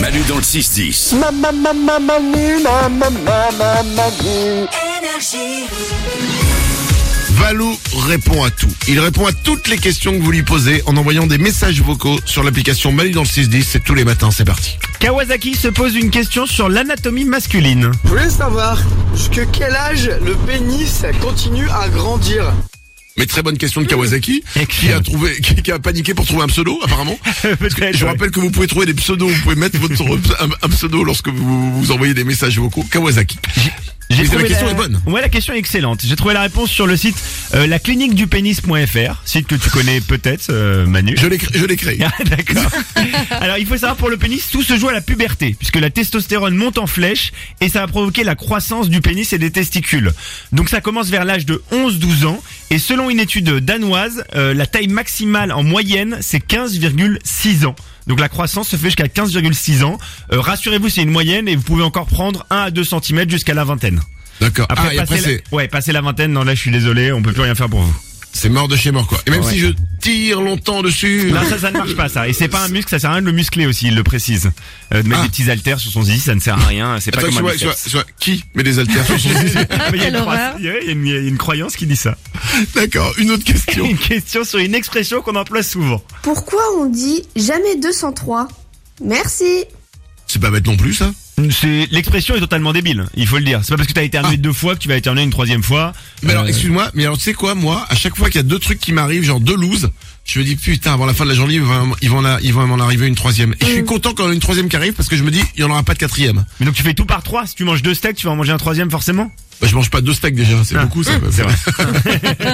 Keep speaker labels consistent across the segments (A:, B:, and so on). A: Manu dans le 6-10.
B: Ma ma ma ma Manu, ma ma ma ma Manu.
C: Valou répond à tout. Il répond à toutes les questions que vous lui posez en envoyant des messages vocaux sur l'application Mali dans le 610. C'est tous les matins, c'est parti.
D: Kawasaki se pose une question sur l'anatomie masculine.
E: Je voulais savoir jusque quel âge le pénis continue à grandir.
C: Mais très bonne question de Kawasaki, qui a
D: Excellent.
C: trouvé, qui, qui a paniqué pour trouver un pseudo, apparemment. Parce que
D: Peut-être,
C: je vous
D: ouais.
C: rappelle que vous pouvez trouver des pseudos, vous pouvez mettre votre, un, un pseudo lorsque vous, vous envoyez des messages vocaux. Kawasaki. Mais la
D: trouvé
C: question est bonne.
D: Ouais, la question est excellente. J'ai trouvé la réponse sur le site euh, lacliniquedupénis.fr, site que tu connais peut-être, euh, Manu.
C: Je l'ai, cré- je l'ai créé.
D: Ah, D'accord. Alors, il faut savoir pour le pénis, tout se joue à la puberté, puisque la testostérone monte en flèche et ça va provoquer la croissance du pénis et des testicules. Donc, ça commence vers l'âge de 11-12 ans. Et selon une étude danoise, euh, la taille maximale en moyenne, c'est 15,6 ans. Donc la croissance se fait jusqu'à 15,6 ans. Euh, Rassurez-vous, c'est une moyenne et vous pouvez encore prendre 1 à 2 cm jusqu'à la vingtaine.
C: D'accord.
D: Après,
C: ah, et après,
D: passer
C: c'est,
D: la... ouais, passer la vingtaine, non là je suis désolé, on peut plus rien faire pour vous.
C: c'est mort de chez mort, quoi. Et même
D: Ah Ouais.
C: si je tire longtemps dessus.
D: Non, ça, ça ne marche pas, ça. Et c'est pas un muscle, ça sert à rien de le muscler aussi, il le précise. Euh, de mettre
C: Ah.
D: des petits haltères sur son zizi, ça ne sert à rien. C'est pas
C: Attends,
D: comme un
C: excuse-moi,
D: biceps.
C: excuse-moi, excuse-moi. qui met des haltères sur son zizi
D: Mais il y a une
F: Quelle
D: croix-
F: horreur.
D: il y a une- il y a une croyance qui dit ça.
C: D'accord, une autre question.
D: Une question sur une expression qu'on emploie souvent.
G: Pourquoi on dit jamais 203 Merci
C: C'est pas bête non plus, ça
D: C'est Ah. l'expression est totalement débile, il faut le dire. C'est pas parce que t'as éternué deux fois que tu vas éternuer une troisième fois.
C: Mais alors,
D: Euh,
C: excuse-moi, mais alors, tu sais quoi, moi, à chaque fois qu'il y a deux trucs qui m'arrivent, genre deux looses, je me dis, putain, avant la fin de la journée, ils vont, ils vont, la- ils vont m'en arriver une troisième. Et je suis content quand il y en a une troisième qui arrive parce que je me dis, il y en aura pas de quatrième.
D: Mais donc tu fais tout par trois. Si tu manges deux steaks, tu vas en manger un troisième forcément.
C: Bah, je mange pas deux steaks déjà, c'est
D: Ah.
C: beaucoup, ça.
D: C'est vrai.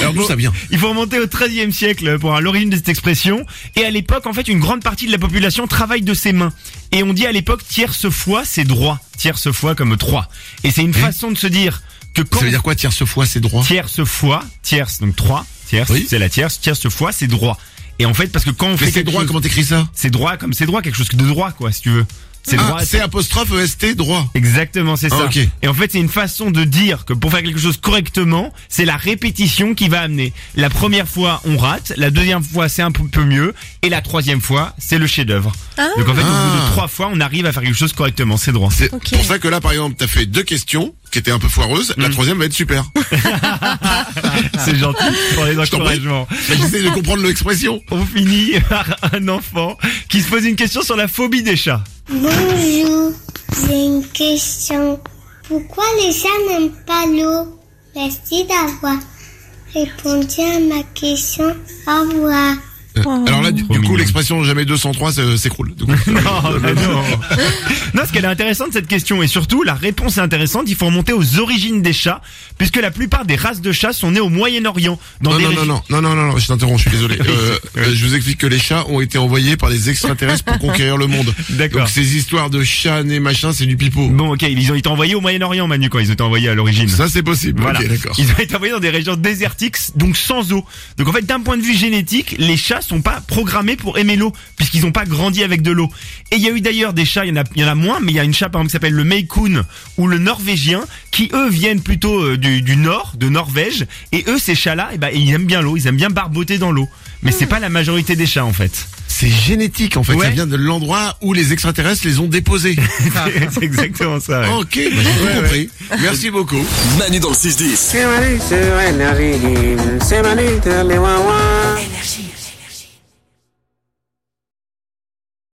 C: alors, d'où ça vient?
D: Il faut remonter au XIIIe siècle pour euh, l'origine de cette expression. Et à l'époque, en fait, une grande partie de la population travaille de ses mains. Et on dit à l'époque tierce fois, c'est droit. Tierce fois comme trois. Et c'est une façon de se dire que quand
C: Ça veut dire quoi, tiers ce fois, c'est droit?
D: tierce fois, tierce donc trois, tierce,
C: Oui.
D: c'est la tierce, tierce fois, c'est droit. Et en fait, parce que quand on
C: Mais
D: fait
C: c'est
D: quelque
C: droit,
D: chose-
C: comment t'écris ça?
D: c'est droit comme c'est droit, quelque chose de droit quoi, si tu veux. C'est
C: Ah,
D: droit.
C: c'est apostrophe EST droit.
D: Exactement, c'est
C: Ah,
D: ça.
C: ok.
D: Et en fait, c'est une façon de dire que pour faire quelque chose correctement, c'est la répétition qui va amener. La première fois, on rate. La deuxième fois, c'est un peu peu mieux. Et la troisième fois, c'est le chef-d'œuvre. Donc en fait, au bout
C: Ah.
D: de trois fois, on arrive à faire quelque chose correctement. C'est droit.
C: C'est
F: Ok.
C: pour ça que là, par exemple, t'as fait deux questions qui étaient un peu foireuses.
D: Mm.
C: La troisième va être super.
D: C'est gentil pour les
C: Ah. Je t'en prie.
D: encouragements.
C: J'essaie de comprendre l'expression.
D: On finit par un enfant qui se pose une question sur la phobie des chats.
H: Bonjour, j'ai une question. Pourquoi les chats n'aiment pas l'eau Merci d'avoir répondu à ma question. Au revoir.
C: Alors là, du,
D: Trop
C: du coup,
D: mignon.
C: l'expression jamais 203 c'est- euh, s'écroule. Du coup.
D: Non, bah non. non, ce qu'elle est intéressante cette question et surtout la réponse est intéressante. Il faut remonter aux origines des chats, puisque la plupart des races de chats sont nées au Moyen-Orient. Dans
C: Non,
D: des
C: non, non,
D: régions-
C: non, non, non, non, non, je t'interromps, je suis désolé. Euh, euh, je vous explique que les chats ont été envoyés par les extraterrestres pour conquérir le monde.
D: D'accord.
C: Donc ces histoires de chats nés machin, c'est du pipeau.
D: Bon, ok, ils ont été envoyés au Moyen-Orient, Manu, quand ils ont été envoyés à l'origine.
C: Ça c'est possible.
D: Voilà.
C: Ok, d'accord.
D: Ils ont été envoyés dans des régions désertiques, donc sans eau. Donc en fait, d'un point de vue génétique, les chats sont pas programmés pour aimer l'eau, puisqu'ils n'ont pas grandi avec de l'eau. Et il y a eu d'ailleurs des chats, il y, en a, il y en a moins, mais il y a une chat par exemple qui s'appelle le Meikun ou le Norvégien, qui eux viennent plutôt euh, du, du nord, de Norvège, et eux ces chats-là, eh ben, ils aiment bien l'eau, ils aiment bien barboter dans l'eau. Mais c'est pas la majorité des chats en fait.
C: C'est génétique en fait.
D: Ouais.
C: Ça vient de l'endroit où les extraterrestres les ont déposés.
D: c'est exactement ça. ouais.
C: ok, bah, j'ai tout compris. Merci beaucoup.
A: Manu dans le 6-10.
B: C'est Manu sur Énergie, c'est Manu de mes wawas.